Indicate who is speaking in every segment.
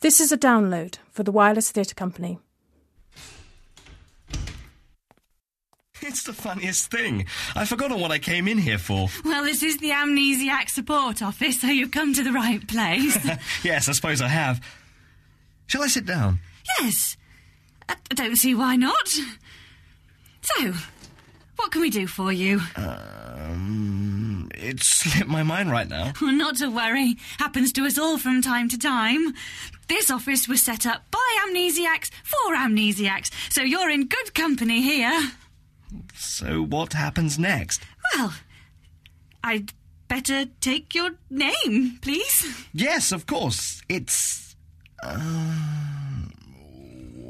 Speaker 1: This is a download for the Wireless Theatre Company.
Speaker 2: It's the funniest thing. I forgot on what I came in here for.
Speaker 3: Well, this is the Amnesiac Support Office, so you've come to the right place.
Speaker 2: yes, I suppose I have. Shall I sit down?
Speaker 3: yes. I I don't see why not. So, what can we do for you?
Speaker 2: Um, it slipped my mind right now.
Speaker 3: Well, not to worry. Happens to us all from time to time. This office was set up by amnesiacs for amnesiacs, so you're in good company here.
Speaker 2: So what happens next?
Speaker 3: Well, I'd better take your name, please.
Speaker 2: Yes, of course. It's. Um,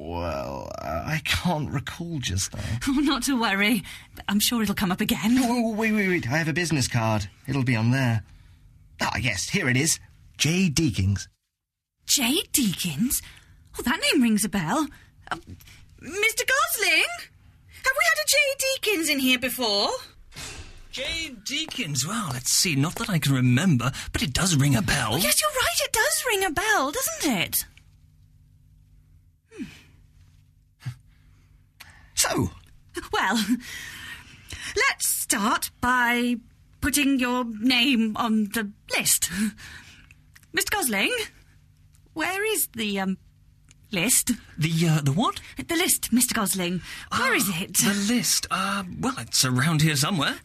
Speaker 2: well, I can't recall just now.
Speaker 3: Oh, not to worry. I'm sure it'll come up again.
Speaker 2: Oh, wait, wait, wait. I have a business card. It'll be on there. Ah, yes, here it is. J. Deakins.
Speaker 3: J. Deakins? Oh, that name rings a bell. Uh, Mr. Gosling? Have we had a J. Deakins in here before?
Speaker 4: Jane Deakins. Well, let's see. Not that I can remember, but it does ring a bell.
Speaker 3: Oh, yes, you're right. It does ring a bell, doesn't it? Hmm.
Speaker 2: So,
Speaker 3: Well, let's start by putting your name on the list. Mr. Gosling, where is the um, list?
Speaker 4: The uh, the what? Ah,
Speaker 3: The list, Mr. Gosling. Where is it?
Speaker 4: The list. Uh, well, it's around here somewhere.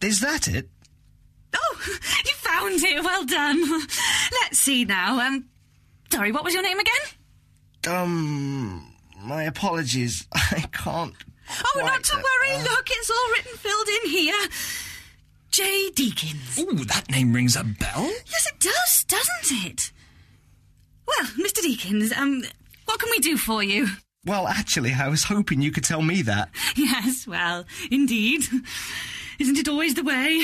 Speaker 2: is that it?
Speaker 3: Oh, you found it. Well done. Let's see now. Um, sorry, what was your name again?
Speaker 2: Um, my apologies. I can't.
Speaker 3: Oh, not
Speaker 2: quite,
Speaker 3: to
Speaker 2: uh,
Speaker 3: worry. Look, it's all written filled in here. J. Deakins.
Speaker 4: Ooh, that name rings a bell.
Speaker 3: Yes, it does, doesn't it? Well, Mr. Deakins, um, what can we do for you?
Speaker 2: Well, actually, I was hoping you could tell me that.
Speaker 3: Yes, well, indeed. Isn't it always the way?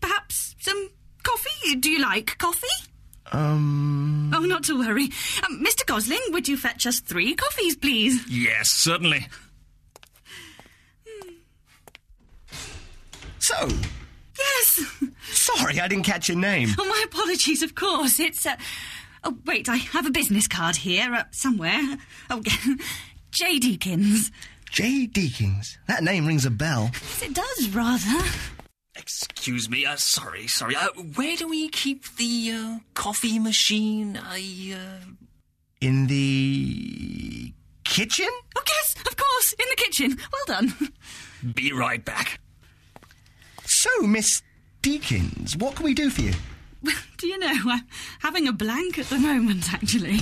Speaker 3: Perhaps some coffee? Do you like coffee?
Speaker 2: Um,
Speaker 3: Oh, not to worry. Um, Mr. Gosling, would you fetch us three coffees, please?
Speaker 4: Yes, certainly.
Speaker 2: so,
Speaker 3: Yes.
Speaker 2: sorry I didn't catch your name.
Speaker 3: Oh, my apologies, of course. It's. Uh... Oh, wait, I have a business card here uh, somewhere. Oh, J. Deakins.
Speaker 2: J. Deakins. That name rings a bell.
Speaker 3: Yes, it does, rather.
Speaker 4: Excuse me. Uh, sorry, sorry. Uh, where do we keep the uh, coffee machine? I. Uh...
Speaker 2: In the kitchen?
Speaker 3: Oh, yes, of course, in the kitchen. Well done.
Speaker 4: Be right back.
Speaker 2: So, Miss Deakins, what can we do for you?
Speaker 3: Well, Do you know, I'm having a blank at the moment, actually.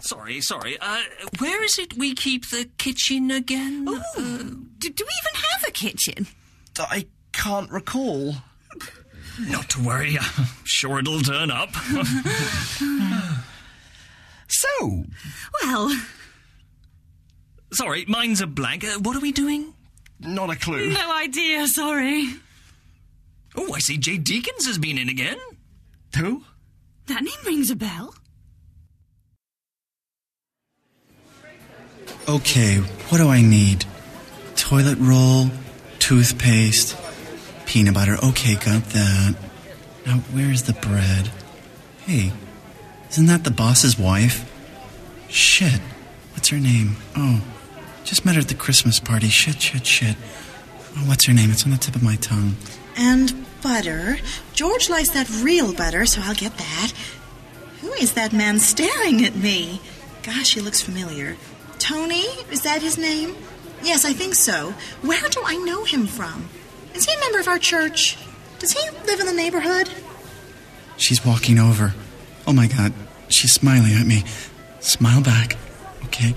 Speaker 4: Sorry, sorry. Uh, where is it we keep the kitchen again?
Speaker 3: Ooh, Uh, do, do we even have a kitchen?
Speaker 2: I can't recall.
Speaker 4: Not to worry. I'm sure it'll turn up.
Speaker 2: So,
Speaker 3: Well,
Speaker 4: sorry, mine's a blank. Uh, what are we doing?
Speaker 2: not a clue.
Speaker 3: no idea, sorry.
Speaker 4: Oh, I see Jay Deakins has been in again.
Speaker 2: Who?
Speaker 3: That name rings a bell.
Speaker 5: Okay, what do I need? Toilet roll, toothpaste, peanut butter. Okay, got that. Now, where's the bread? Hey, isn't that the boss's wife? Shit. What's her name? Oh, just met her at the Christmas party. Shit, shit, shit. Oh, what's her name? It's on the tip of my tongue.
Speaker 6: And butter. George likes that real butter, so I'll get that. Who is that man staring at me? Gosh, he looks familiar. Tony? Is that his name? Yes, I think so. Where do I know him from? Is he a member of our church? Does he live in the neighborhood?
Speaker 5: She's walking over. Oh my god, she's smiling at me. Smile back. Okay.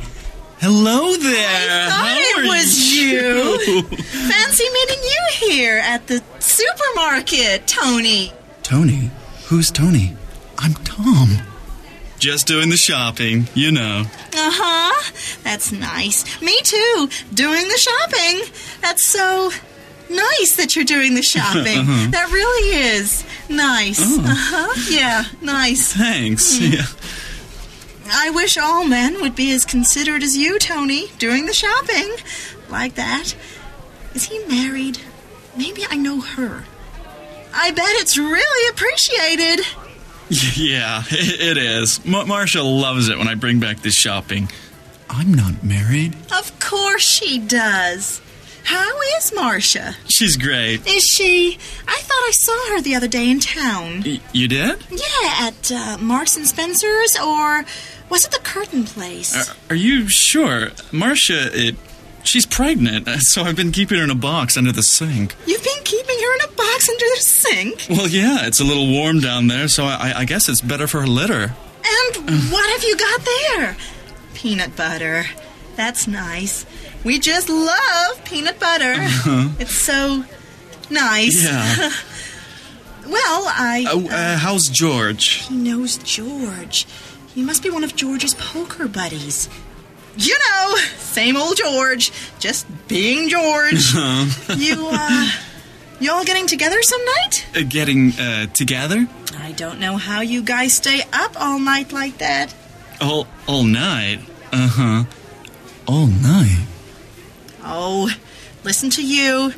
Speaker 5: Hello there.
Speaker 6: thought
Speaker 5: How
Speaker 6: it
Speaker 5: are
Speaker 6: was
Speaker 5: you?
Speaker 6: Fancy meeting you here at the supermarket, Tony.
Speaker 5: Tony? Who's Tony? I'm Tom.
Speaker 7: Just doing the shopping, you know.
Speaker 6: Uh huh. That's nice. Me too. Doing the shopping. That's so nice that you're doing the shopping.
Speaker 7: Uh-huh.
Speaker 6: That really is nice. Uh huh. Yeah, nice.
Speaker 7: Oh.
Speaker 6: Hmm.
Speaker 7: Thanks.
Speaker 5: Hmm.
Speaker 7: Yeah.
Speaker 6: I wish all men would be as considerate as you, Tony, doing the shopping. Like that. Is he married? Maybe I know her. I bet it's really appreciated.
Speaker 5: Yeah, it, it is. M- Marcia loves it when I bring back this shopping.
Speaker 7: I'm not married.
Speaker 6: Of course she does. How is Marcia?
Speaker 5: She's great.
Speaker 6: Is she? I thought I saw her the other day in town.
Speaker 5: Y- you did?
Speaker 6: Yeah, at uh, Marks and Spencer's, or was it the Curtain Place?
Speaker 5: Are, are you sure? Marcia, it, she's pregnant, so I've been keeping her in a box under the sink.
Speaker 6: You've been keeping her in a box under the sink.
Speaker 5: Well, yeah, it's a little warm down there, so I, I guess it's better for her litter. Mm.
Speaker 6: And what have you got there? Peanut butter. That's nice. We just love peanut butter. It's so nice.
Speaker 5: Uh-huh. Yeah.
Speaker 6: Well, I.
Speaker 5: Uh,
Speaker 6: uh,
Speaker 5: uh, how's George?
Speaker 6: He knows George. He must be one of George's poker buddies. You know, same old George, just being George. you, uh, you all getting together some night?
Speaker 5: Uh, getting uh, together?
Speaker 6: I don't know how you guys stay up all night like that.
Speaker 5: All, all night? Uh huh.
Speaker 7: All night.
Speaker 6: Oh, listen to you,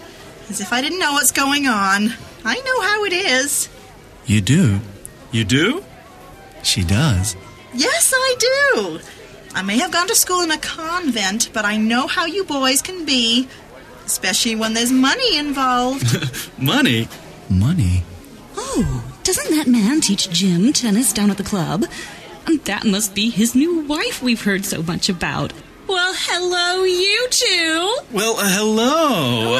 Speaker 6: as if I didn't know what's going on. I know how it is.
Speaker 7: You do.
Speaker 5: You do?
Speaker 7: She does.
Speaker 6: Yes, I do. I may have gone to school in a convent, but I know how you boys can be, especially when there's money involved.
Speaker 5: Money?
Speaker 7: Money.
Speaker 8: Oh, doesn't that man teach gym tennis down at the club? And that must be his new wife we've heard so much about. Well, hello, you two.
Speaker 5: Well, uh, hello.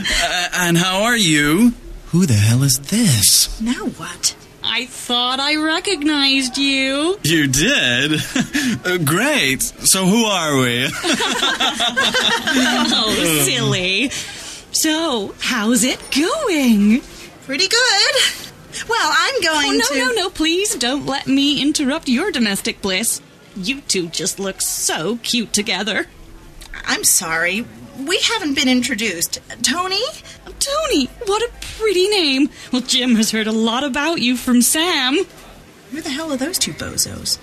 Speaker 5: uh, and how are you?
Speaker 7: Who the hell is this?
Speaker 6: Now what?
Speaker 8: I thought I recognized you.
Speaker 5: You did? Uh, Great. So who are we?
Speaker 8: Oh, silly. So, how's it going?
Speaker 6: Pretty good. Well, I'm
Speaker 8: Oh,
Speaker 6: going
Speaker 8: no,
Speaker 6: to.
Speaker 8: no, no, please don't let me interrupt your domestic bliss. You two just look so cute together.
Speaker 6: I'm sorry. We haven't been introduced. Tony?
Speaker 8: Tony, what a pretty name. Well, Jim has heard a lot about you from Sam.
Speaker 6: Who the hell are those two bozos?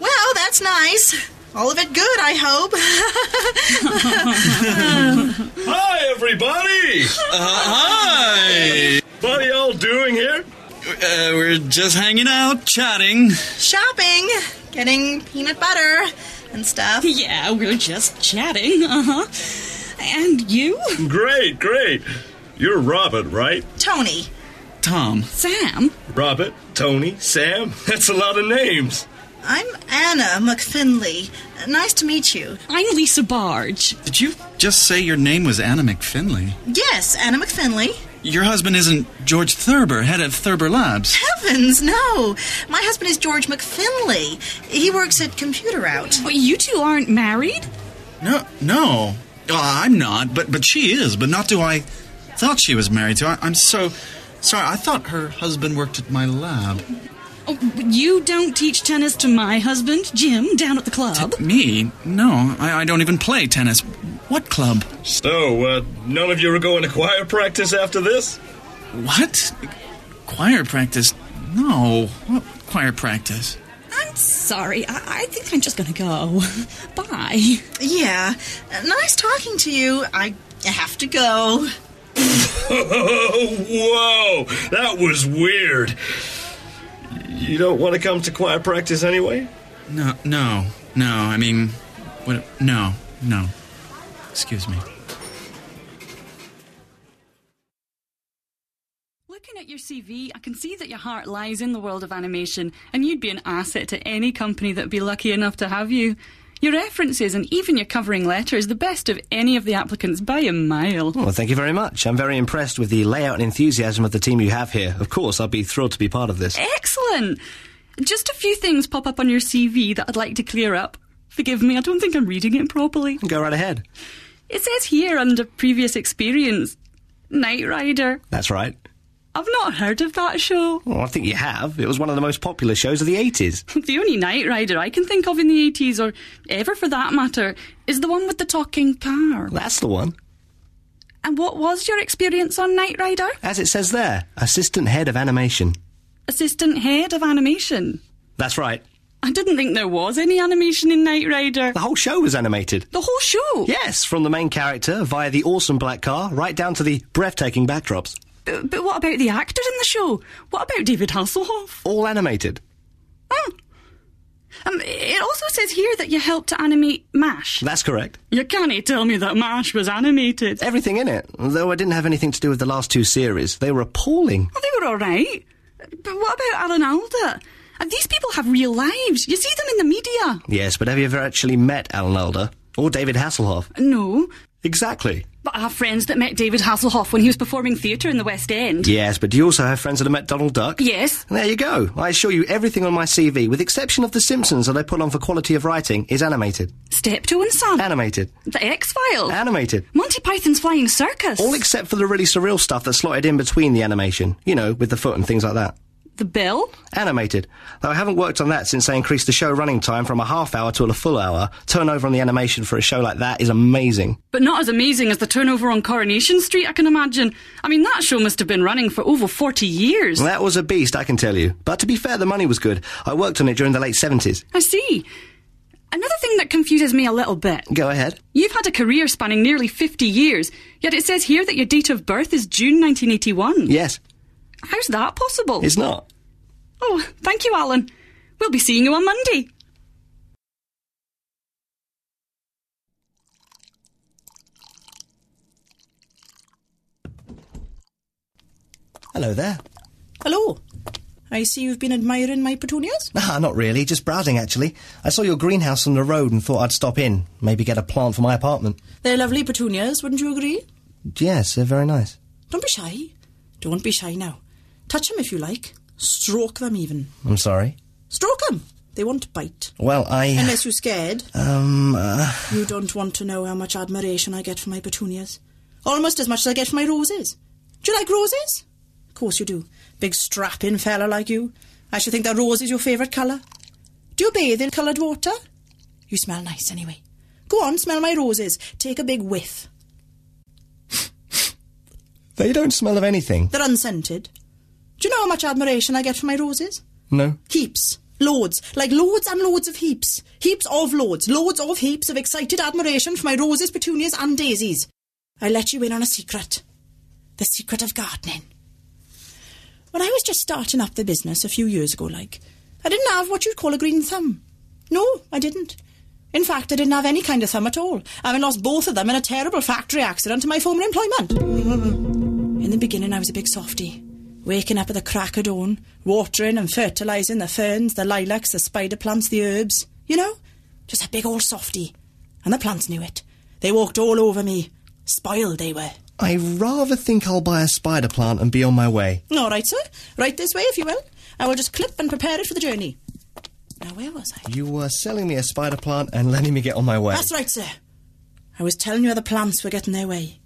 Speaker 6: Well, that's nice. All of it good, I hope.
Speaker 9: Hi, everybody!
Speaker 5: Uh, Hi.
Speaker 9: What are y'all doing here?
Speaker 5: Uh, we're just hanging out, chatting.
Speaker 6: Shopping, getting peanut butter and stuff.
Speaker 8: Yeah, we're just chatting, uh huh. And you?
Speaker 9: Great, great. You're Robert, right?
Speaker 6: Tony,
Speaker 5: Tom.
Speaker 8: Sam?
Speaker 9: Robert, Tony, Sam. That's a lot of names.
Speaker 6: I'm Anna McFinley. Nice to meet you.
Speaker 8: I'm Lisa Barge.
Speaker 5: Did you just say your name was Anna McFinley?
Speaker 6: Yes, Anna McFinley.
Speaker 5: Your husband isn't George Thurber, head of Thurber Labs.
Speaker 6: Heavens, no. My husband is George McFinley. He works at Computer Out.
Speaker 8: But you two aren't married?
Speaker 5: No, no. Oh, I'm not, but but she is, but not do I thought she was married to. I, I'm so sorry. I thought her husband worked at my lab.
Speaker 8: Oh, you don't teach tennis to my husband, Jim, down at the club.
Speaker 5: Me? No, I, I don't even play tennis. What club?
Speaker 9: So, uh, none of you are going to choir practice after this?
Speaker 5: What? Choir practice? No. What choir practice?
Speaker 8: I'm sorry. I, I think I'm just gonna go. Bye.
Speaker 6: Yeah. Uh, Nice talking to you. I have to go.
Speaker 9: Oh, whoa! That was weird. You don't want to come to choir practice anyway?
Speaker 5: No, no, no. I mean, what? No, no. Excuse me.
Speaker 8: Looking at your CV, I can see that your heart lies in the world of animation, and you'd be an asset to any company that would be lucky enough to have you. Your references and even your covering letter is the best of any of the applicants by a mile.
Speaker 2: Well, thank you very much. I'm very impressed with the layout and enthusiasm of the team you have here. Of course, I'd be thrilled to be part of
Speaker 8: Eh?
Speaker 2: this.
Speaker 8: Excellent! Just a few things pop up on your CV that I'd like to clear up. Forgive me, I don't think I'm reading it properly.
Speaker 2: Go right ahead.
Speaker 8: It says here under previous experience Knight Rider.
Speaker 2: That's right.
Speaker 8: I've not heard of that show.
Speaker 2: Well, I think you have. It was one of the most popular shows of the 80s.
Speaker 8: The only Knight Rider I can think of in the 80s, or ever for that matter, is the one with the talking car.
Speaker 2: That's the one.
Speaker 8: And what was your experience on Knight Rider?
Speaker 2: As it says there, assistant head of animation.
Speaker 8: Assistant head of animation.
Speaker 2: That's right.
Speaker 8: I didn't think there was any animation in Knight Rider.
Speaker 2: The whole show was animated.
Speaker 8: The whole show?
Speaker 2: Yes, from the main character via the awesome black car right down to the breathtaking backdrops.
Speaker 8: But, but what about the actors in the show? What about David Hasselhoff?
Speaker 2: All animated.
Speaker 8: Oh. Um, it also says here that you helped to animate MASH.
Speaker 2: That's correct.
Speaker 8: You can't tell me that MASH was animated.
Speaker 2: Everything in it, though I didn't have anything to do with the last two series. They were appalling.
Speaker 8: Well, they were all right. But what about Alan Alda? And these people have real lives. You see them in the media.
Speaker 2: Yes, but have you ever actually met Alan Alda? Or David Hasselhoff?
Speaker 8: No.
Speaker 2: Exactly.
Speaker 8: But I have friends that met David Hasselhoff when he was performing theatre in the West End.
Speaker 2: Yes, but do you also have friends that have met Donald Duck?
Speaker 8: Yes.
Speaker 2: And there you go. I assure you, everything on my CV, with exception of The Simpsons that I put on for quality of writing, is animated.
Speaker 8: Steptoe and Son.
Speaker 2: Animated.
Speaker 8: The X Files.
Speaker 2: Animated.
Speaker 8: Monty Python's Flying Circus.
Speaker 2: All except for the really surreal stuff that slotted in between the animation. You know, with the foot and things like that.
Speaker 8: The Bill?
Speaker 2: Animated. Though I haven't worked on that since they increased the show running time from a half hour to a full hour. Turnover on the animation for a show like that is amazing.
Speaker 8: But not as amazing as the turnover on Coronation Street, I can imagine. I mean, that show must have been running for over 40 years.
Speaker 2: That was a beast, I can tell you. But to be fair, the money was good. I worked on it during the late 70s.
Speaker 8: I see. Another thing that confuses me a little bit.
Speaker 2: Go ahead.
Speaker 8: You've had a career spanning nearly 50 years, yet it says here that your date of birth is June 1981.
Speaker 2: Yes.
Speaker 8: How's that possible?
Speaker 2: It's not.
Speaker 8: Oh, thank you, Alan. We'll be seeing you on Monday.
Speaker 2: Hello there.
Speaker 1: Hello. I see you've been admiring my petunias.
Speaker 2: Ah, not really, just browsing actually. I saw your greenhouse on the road and thought I'd stop in, maybe get a plant for my apartment.
Speaker 1: They're lovely petunias, wouldn't you agree?
Speaker 2: Yes, they're very nice.
Speaker 1: Don't be shy. Don't be shy now. Touch them if you like. Stroke them even.
Speaker 2: I'm sorry.
Speaker 1: Stroke them. They won't bite.
Speaker 2: Well, I.
Speaker 1: Unless you're scared.
Speaker 2: Um. Uh...
Speaker 1: You don't want to know how much admiration I get for my petunias. Almost as much as I get for my roses. Do you like roses? Of course you do. Big strapping fella like you. I should think that rose is your favourite colour. Do you bathe in coloured water? You smell nice anyway. Go on, smell my roses. Take a big whiff.
Speaker 2: They don't smell of anything.
Speaker 1: They're unscented. Do you know how much admiration I get for my roses?
Speaker 2: No.
Speaker 1: Heaps. Loads. Like loads and loads of heaps. Heaps of loads. Loads of heaps of excited admiration for my roses, petunias, and daisies. I let you in on a secret. The secret of gardening. When I was just starting up the business a few years ago, like, I didn't have what you'd call a green thumb. No, I didn't. In fact, I didn't have any kind of thumb at all. Having lost both of them in a terrible factory accident to my former employment. In the beginning, I was a big softy. Waking up at the crack of dawn, watering and fertilising the ferns, the lilacs, the spider plants, the herbs. You know, just a big old softy. And the plants knew it. They walked all over me. Spoiled they were.
Speaker 2: I rather think I'll buy a spider plant and be on my way.
Speaker 1: All right, sir. Right this way, if you will. I will just clip and prepare it for the journey. Now, where was I?
Speaker 2: You were selling me a spider plant and letting me get on my way.
Speaker 1: That's right, sir. I was telling you how the plants were getting their way.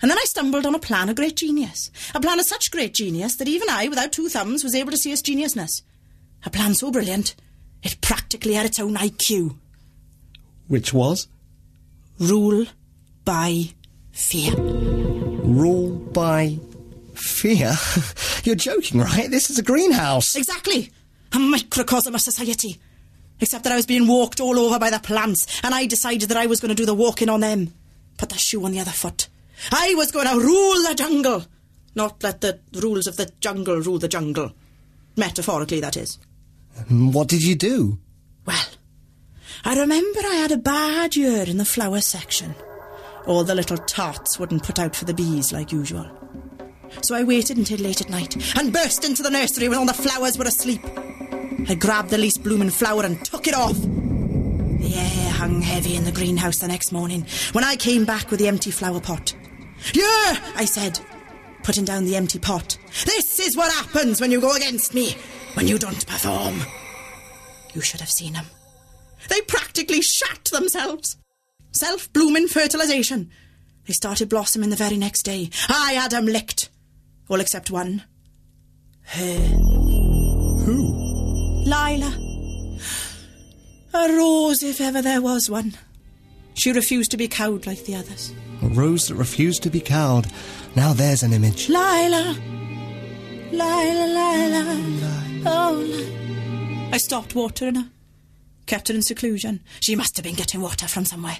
Speaker 1: And then I stumbled on a plan of great genius. A plan of such great genius that even I, without two thumbs, was able to see its geniusness. A plan so brilliant, it practically had its own IQ.
Speaker 2: Which was?
Speaker 1: Rule by fear.
Speaker 2: Rule by fear? You're joking, right? This is a greenhouse.
Speaker 1: Exactly. A microcosm of society. Except that I was being walked all over by the plants, and I decided that I was going to do the walking on them. Put the shoe on the other foot. I was going to rule the jungle. Not let the rules of the jungle rule the jungle. Metaphorically, that is.
Speaker 2: And What did you do?
Speaker 1: Well, I remember I had a bad year in the flower section. All the little tarts wouldn't put out for the bees like usual. So I waited until late at night and burst into the nursery when all the flowers were asleep. I grabbed the least blooming flower and took it off. The air hung heavy in the greenhouse the next morning when I came back with the empty flower pot. Yeah, I said, putting down the empty pot. This is what happens when you go against me, when you don't perform. You should have seen them. They practically shat themselves. Self blooming fertilisation. They started blossoming the very next day. I had 'em licked. All except one. Her.
Speaker 2: Who?
Speaker 1: Lila. A rose, if ever there was one. She refused to be cowed like the others.
Speaker 2: A rose that refused to be cowed. Now there's an image.
Speaker 1: Lila. Lila, Lila. Oh, Lila. I stopped watering her. Kept her in seclusion. She must have been getting water from somewhere.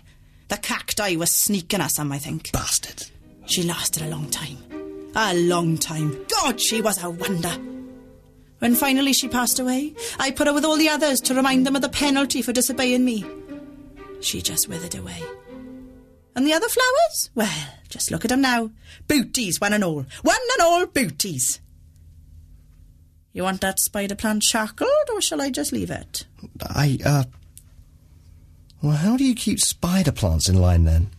Speaker 1: The cacti was sneaking at some, I think.
Speaker 2: Bastards.
Speaker 1: She lasted a long time. A long time. God, she was a wonder. When finally she passed away, I put her with all the others to remind them of the penalty for disobeying me. She just withered away. And the other flowers? Well, just look at 'em now. Booties, one and all. One and all booties. You want that spider plant shackled, or shall I just leave it?
Speaker 2: I, uh. Well, how do you keep spider plants in line then?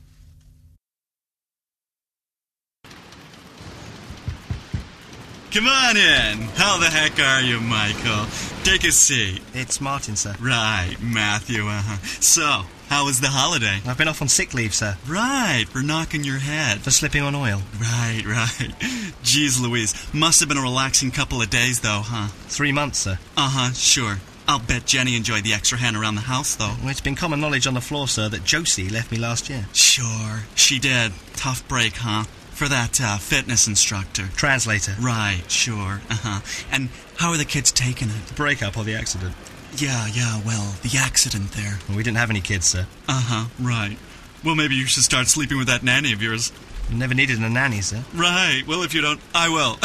Speaker 7: Come on in. How the heck are you, Michael? Take a seat.
Speaker 2: It's Martin, sir.
Speaker 7: Right, Matthew, uh huh. So, how was the holiday?
Speaker 2: I've been off on sick leave, sir.
Speaker 7: Right, for knocking your head.
Speaker 2: For slipping on oil.
Speaker 7: Right, right. Jeez Louise. Must have been a relaxing couple of days, though, huh?
Speaker 2: Three months, sir.
Speaker 7: Uh huh, sure. I'll bet Jenny enjoyed the extra hand around the house, though.
Speaker 2: Well, it's been common knowledge on the floor, sir, that Josie left me last year.
Speaker 7: Sure, she did. Tough break, huh? For that uh, fitness instructor.
Speaker 2: Translator.
Speaker 7: Right, sure. Uh huh. And how are the kids taking it?
Speaker 2: The breakup or the accident?
Speaker 7: Yeah, yeah, well, the accident there.
Speaker 2: Well, we didn't have any kids, sir.
Speaker 7: Uh huh, right. Well, maybe you should start sleeping with that nanny of yours.
Speaker 2: Never needed a nanny, sir.
Speaker 7: Right. Well, if you don't, I will.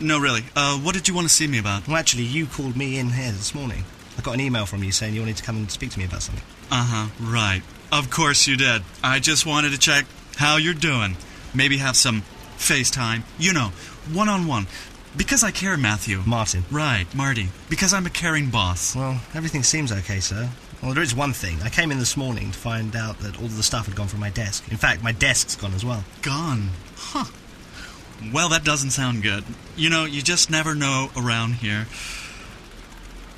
Speaker 7: no, really. Uh, what did you want to see me about?
Speaker 2: Well, actually, you called me in here this morning. I got an email from you saying you wanted to come and speak to me about something.
Speaker 7: Uh huh, right. Of course you did. I just wanted to check how you're doing. Maybe have some FaceTime. You know, one on one. Because I care, Matthew.
Speaker 2: Martin.
Speaker 7: Right, Marty. Because I'm a caring boss.
Speaker 2: Well, everything seems okay, sir. Well, there is one thing. I came in this morning to find out that all of the stuff had gone from my desk. In fact, my desk's gone as well.
Speaker 7: Gone? Huh. Well, that doesn't sound good. You know, you just never know around here.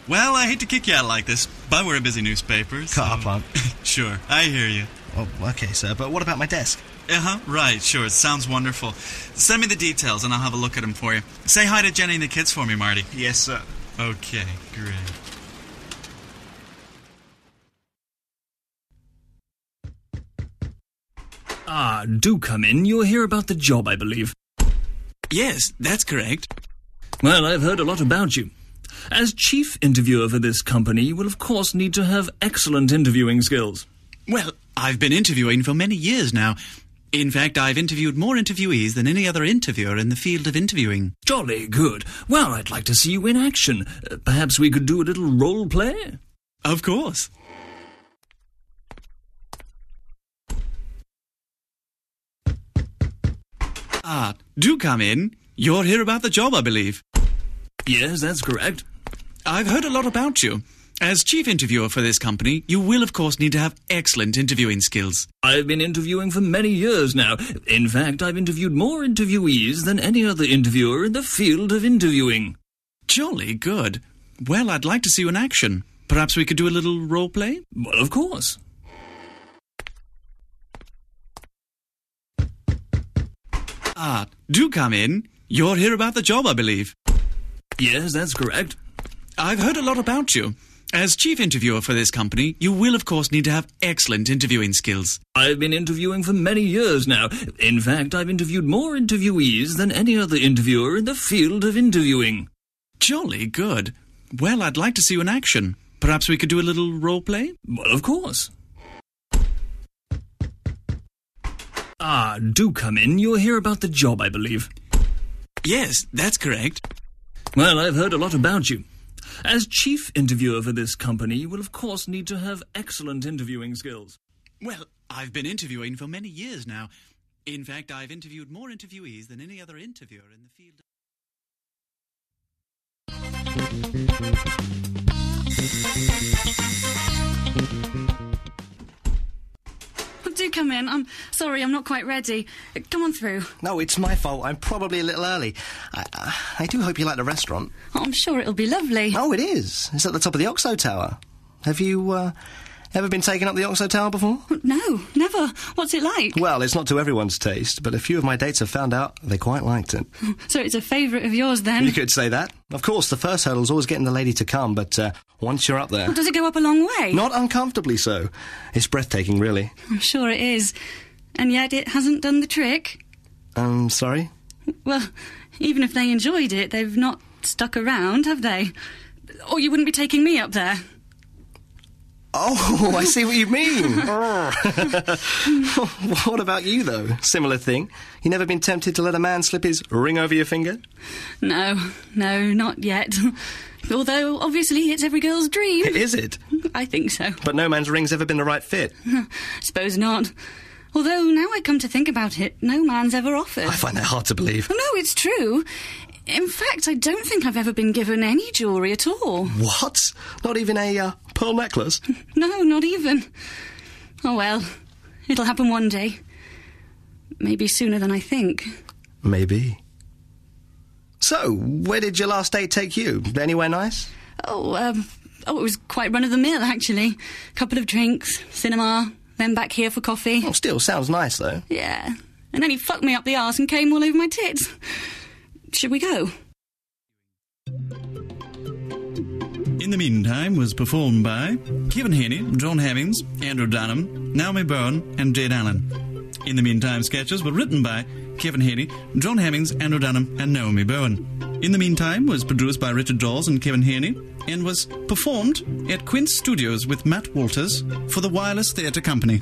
Speaker 7: Well, I hate to kick you out like this, but we're a busy newspaper. So...
Speaker 2: Cut up, Aunt.
Speaker 7: sure, I hear you.
Speaker 2: Oh, okay, sir, but what about my desk?
Speaker 7: Uh huh, right, sure. It sounds wonderful. Send me the details and I'll have a look at them for you. Say hi to Jenny and the kids for me, Marty.
Speaker 9: Yes, sir.
Speaker 7: Okay, great.
Speaker 4: Ah, do come in. You're here about the job, I believe.
Speaker 10: Yes, that's correct.
Speaker 4: Well, I've heard a lot about you. As chief interviewer for this company, you will of course need to have excellent interviewing skills.
Speaker 10: Well, I've been interviewing for many years now. In fact, I've interviewed more interviewees than any other interviewer in the field of interviewing.
Speaker 4: Jolly good. Well, I'd like to see you in action. Uh, perhaps we could do a little role play?
Speaker 10: Of course. Ah, do come in. You're here about the job, I believe.
Speaker 4: Yes, that's correct.
Speaker 10: I've heard a lot about you. As chief interviewer for this company, you will, of course, need to have excellent interviewing skills.
Speaker 4: I've been interviewing for many years now. In fact, I've interviewed more interviewees than any other interviewer in the field of interviewing.
Speaker 10: Jolly good. Well, I'd like to see you in action. Perhaps we could do a little role play?
Speaker 4: Well, of course.
Speaker 10: Ah, do come in. You're here about the job, I believe.
Speaker 4: Yes, that's correct.
Speaker 10: I've heard a lot about you. As chief interviewer for this company, you will, of course, need to have excellent interviewing skills.
Speaker 4: I've been interviewing for many years now. In fact, I've interviewed more interviewees than any other interviewer in the field of interviewing.
Speaker 10: Jolly good. Well, I'd like to see you in action. Perhaps we could do a little role play?
Speaker 4: Well, of course. Ah, do come in. You're here about the job, I believe.
Speaker 10: Yes, that's correct.
Speaker 4: Well, I've heard a lot about you. As chief interviewer for this company, you will of course need to have excellent interviewing skills.
Speaker 10: Well, I've been interviewing for many years now. In fact, I've interviewed more interviewees than any other interviewer in the field.
Speaker 8: Oh,
Speaker 3: Do come in. I'm sorry, I'm not quite ready. Come on through.
Speaker 2: No, it's my fault. I'm probably a little early. I, I, I do hope you like the restaurant.
Speaker 3: Oh, I'm sure it'll be lovely.
Speaker 2: Oh, it is. It's at the top of the Oxo Tower. Have you uh, ever been taken up the Oxo Tower before?
Speaker 3: Mm. No, never. What's it like?
Speaker 2: Well, it's not to everyone's taste, but a few of my dates have found out they quite liked it.
Speaker 3: So it's a favourite of yours then?
Speaker 2: You could say that. Of course, the first hurdle's always getting the lady to come, but uh, once you're up there.
Speaker 3: Well, does it go up a long way?
Speaker 2: Not uncomfortably so. It's breathtaking, really.
Speaker 3: I'm sure it is. And yet it hasn't done the trick.
Speaker 2: I'm um, sorry?
Speaker 3: Well, even if they enjoyed it, they've not stuck around, have they? Or you wouldn't be taking me up there.
Speaker 2: Oh, I see what you mean. what about you, though? Similar thing. You never been tempted to let a man slip his ring over your finger?
Speaker 8: No, no, not yet. Although, obviously, it's every girl's dream.
Speaker 2: Is it?
Speaker 8: I think so.
Speaker 2: But no man's ring's ever been the right fit.
Speaker 8: Suppose not. Although, now I come to think about it, no man's ever offered.
Speaker 2: I find that hard to believe.
Speaker 8: Oh, no, it's true. In fact, I don't think I've ever been given any jewellery at all.
Speaker 2: What? Not even a uh, pearl necklace?
Speaker 8: No, not even. Oh well, it'll happen one day. Maybe sooner than I think.
Speaker 2: Maybe. So, where did your last date take you? Anywhere nice?
Speaker 8: Oh, um, oh, it was quite run of the mill actually. Couple of drinks, cinema, then back here for coffee.
Speaker 2: Oh, still sounds nice, though.
Speaker 8: Yeah, and then he fucked me up the arse and came all over my tits. Should we go?
Speaker 7: In the meantime, was performed by Kevin Haney, John Hemmings, Andrew Dunham, Naomi Byrne, and Jade Allen. In the meantime, sketches were written by Kevin Haney, John Hemmings, Andrew Dunham, and Naomi Byrne. In the meantime, was produced by Richard Dawes and Kevin Haney, and was performed at Quince Studios with Matt Walters for the Wireless Theatre Company.